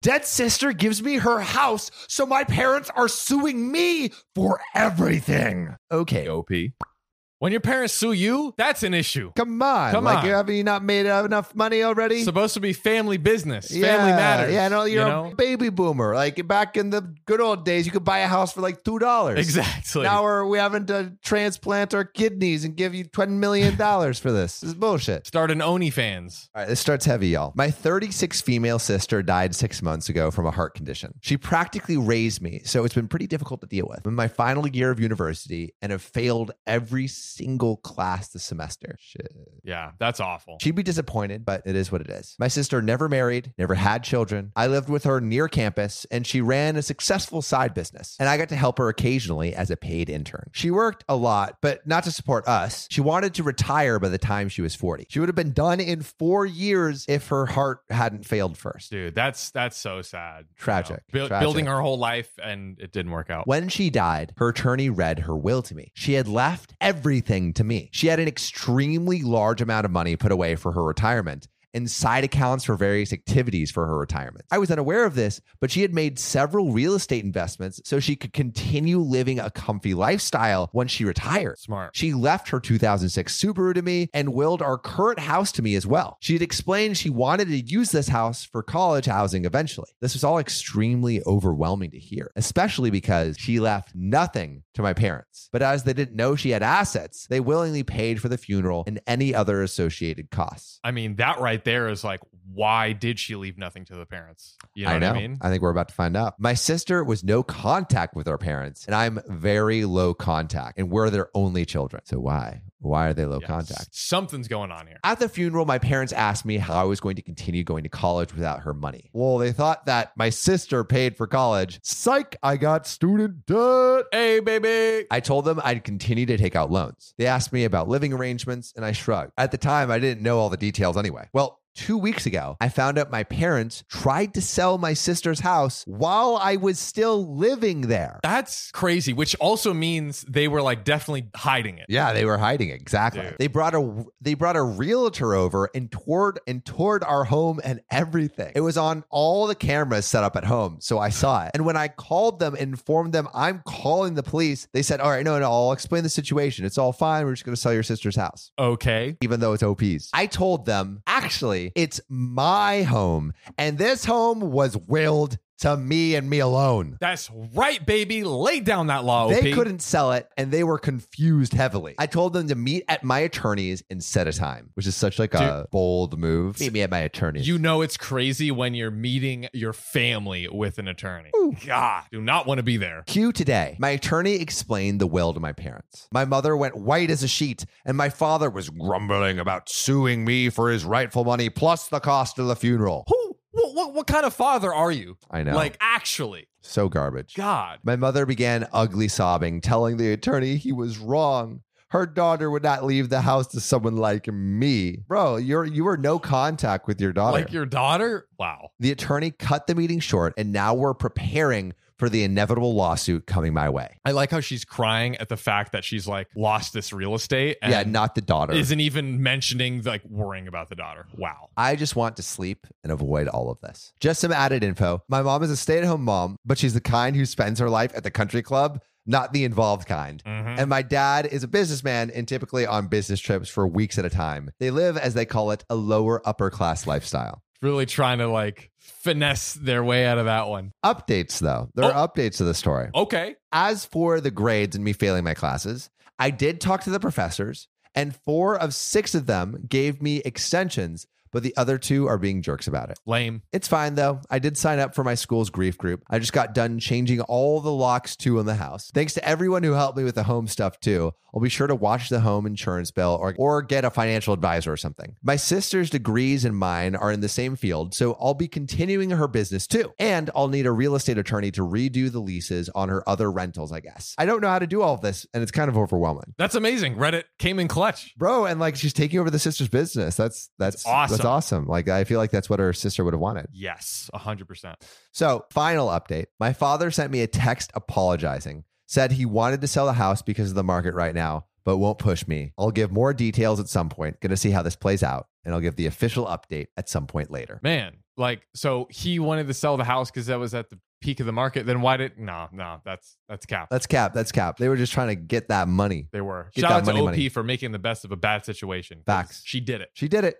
Dead sister gives me her house, so my parents are suing me for everything. Okay. OP. When your parents sue you, that's an issue. Come on. Come like, on. have you not made enough money already? It's supposed to be family business, yeah, family matters. Yeah, no, you're you a know? baby boomer. Like back in the good old days, you could buy a house for like two dollars. exactly. Now we're we having to transplant our kidneys and give you ten million dollars for this. This is bullshit. Start an OnlyFans. All right, this starts heavy, y'all. My 36 female sister died six months ago from a heart condition. She practically raised me, so it's been pretty difficult to deal with. I'm in my final year of university and have failed every single class this semester. Shit. Yeah, that's awful. She'd be disappointed, but it is what it is. My sister never married, never had children. I lived with her near campus, and she ran a successful side business. And I got to help her occasionally as a paid intern. She worked a lot, but not to support us. She wanted to retire by the time she was 40. She would have been done in four years if her heart hadn't failed first. Dude, that's that's so sad. you know? Tragic, Bu- tragic. Building her whole life and it didn't work out. When she died, her attorney read her will to me. She had left everything to me. She had an extremely large amount of money put away for her retirement and side accounts for various activities for her retirement. I was unaware of this, but she had made several real estate investments so she could continue living a comfy lifestyle once she retired. Smart. She left her 2006 Subaru to me and willed our current house to me as well. She had explained she wanted to use this house for college housing eventually. This was all extremely overwhelming to hear, especially because she left nothing to my parents. But as they didn't know she had assets, they willingly paid for the funeral and any other associated costs. I mean, that right there is like, why did she leave nothing to the parents? You know, I know. what I mean? think we're about to find out. My sister was no contact with her parents, and I'm very low contact, and we're their only children. So why? Why are they low Yeah, contact? s- Something's going on here. At the funeral, my parents asked me how I was going to continue going to college without her money. Well, they thought that my sister paid for college. Psych, I got student debt. Hey, baby. I told them I'd continue to take out loans. They asked me about living arrangements, and I shrugged. At the time, I didn't know all the details anyway. Well, Two weeks ago, I found out my parents tried to sell my sister's house while I was still living there. That's crazy, which also means they were like definitely hiding it. Yeah, they were hiding it. Exactly. Dude. They brought a they brought a realtor over and toured and toured our home and everything. It was on all the cameras set up at home, so I saw it. And when I called them and informed them I'm calling the police, they said, "All right, no, no, I'll explain the situation. It's all fine. We're just going to sell your sister's house." Okay. Even though it's OP's. I told them, actually, it's my home. And this home was willed to me and me alone. That's right, baby. Lay down that law. They OP. couldn't sell it and they were confused heavily. I told them to meet at my attorney's and set a time, which is such like a bold move. Meet me at my attorney's. You know it's crazy when you're meeting your family with an attorney. God, do not want to be there. Q today. My attorney explained the will to my parents. My mother went white as a sheet, and my father was grumbling about suing me for his rightful money plus the cost of the funeral. Who? What, what, what kind of father are you? I know. Like, actually, so garbage. God. My mother began ugly sobbing, telling the attorney he was wrong. Her daughter would not leave the house to someone like me. Bro, you're you were no contact with your daughter. Like your daughter? Wow. the attorney cut the meeting short, and now we're preparing for the inevitable lawsuit coming my way. I like how she's crying at the fact that she's like lost this real estate and yeah, not the daughter. isn't even mentioning like worrying about the daughter. Wow. I just want to sleep and avoid all of this. Just some added info. My mom is a stay-at-home mom, but she's the kind who spends her life at the country club, not the involved kind. Mhm. And my dad is a businessman and typically on business trips for weeks at a time. They live, as they call it, a lower upper class lifestyle. Really trying to like finesse their way out of that one. Updates, though. There are updates to the story. Okay. As for the grades and me failing my classes, I did talk to the professors, and four of six of them gave me extensions, but the other two are being jerks about it. Lame. It's fine though. I did sign up for my school's grief group. I just got done changing all the locks too on the house. Thanks to everyone who helped me with the home stuff too. I'll be sure to watch the home insurance bill or or get a financial advisor or something. My sister's degrees and mine are in the same field, so I'll be continuing her business too. And I'll need a real estate attorney to redo the leases on her other rentals, I guess. I don't know how to do all of this and it's kind of overwhelming. That's amazing. Reddit came in clutch. Bro, and like she's taking over the sister's business. That's that's awesome. That's awesome. Like I feel like that's what her sister would have wanted. Yes, 100%. So, final update. My father sent me a text apologizing, said he wanted to sell the house because of the market right now, but won't push me. I'll give more details at some point. Gonna see how this plays out, and I'll give the official update at some point later. Man, like so he wanted to sell the house because that was at the peak of the market. Then why did no no that's that's cap. That's cap. That's cap. They were just trying to get that money. they were. Get Shout that out to money, OP money. for making the best of a bad situation. 'cause Facts. She did it. She did it.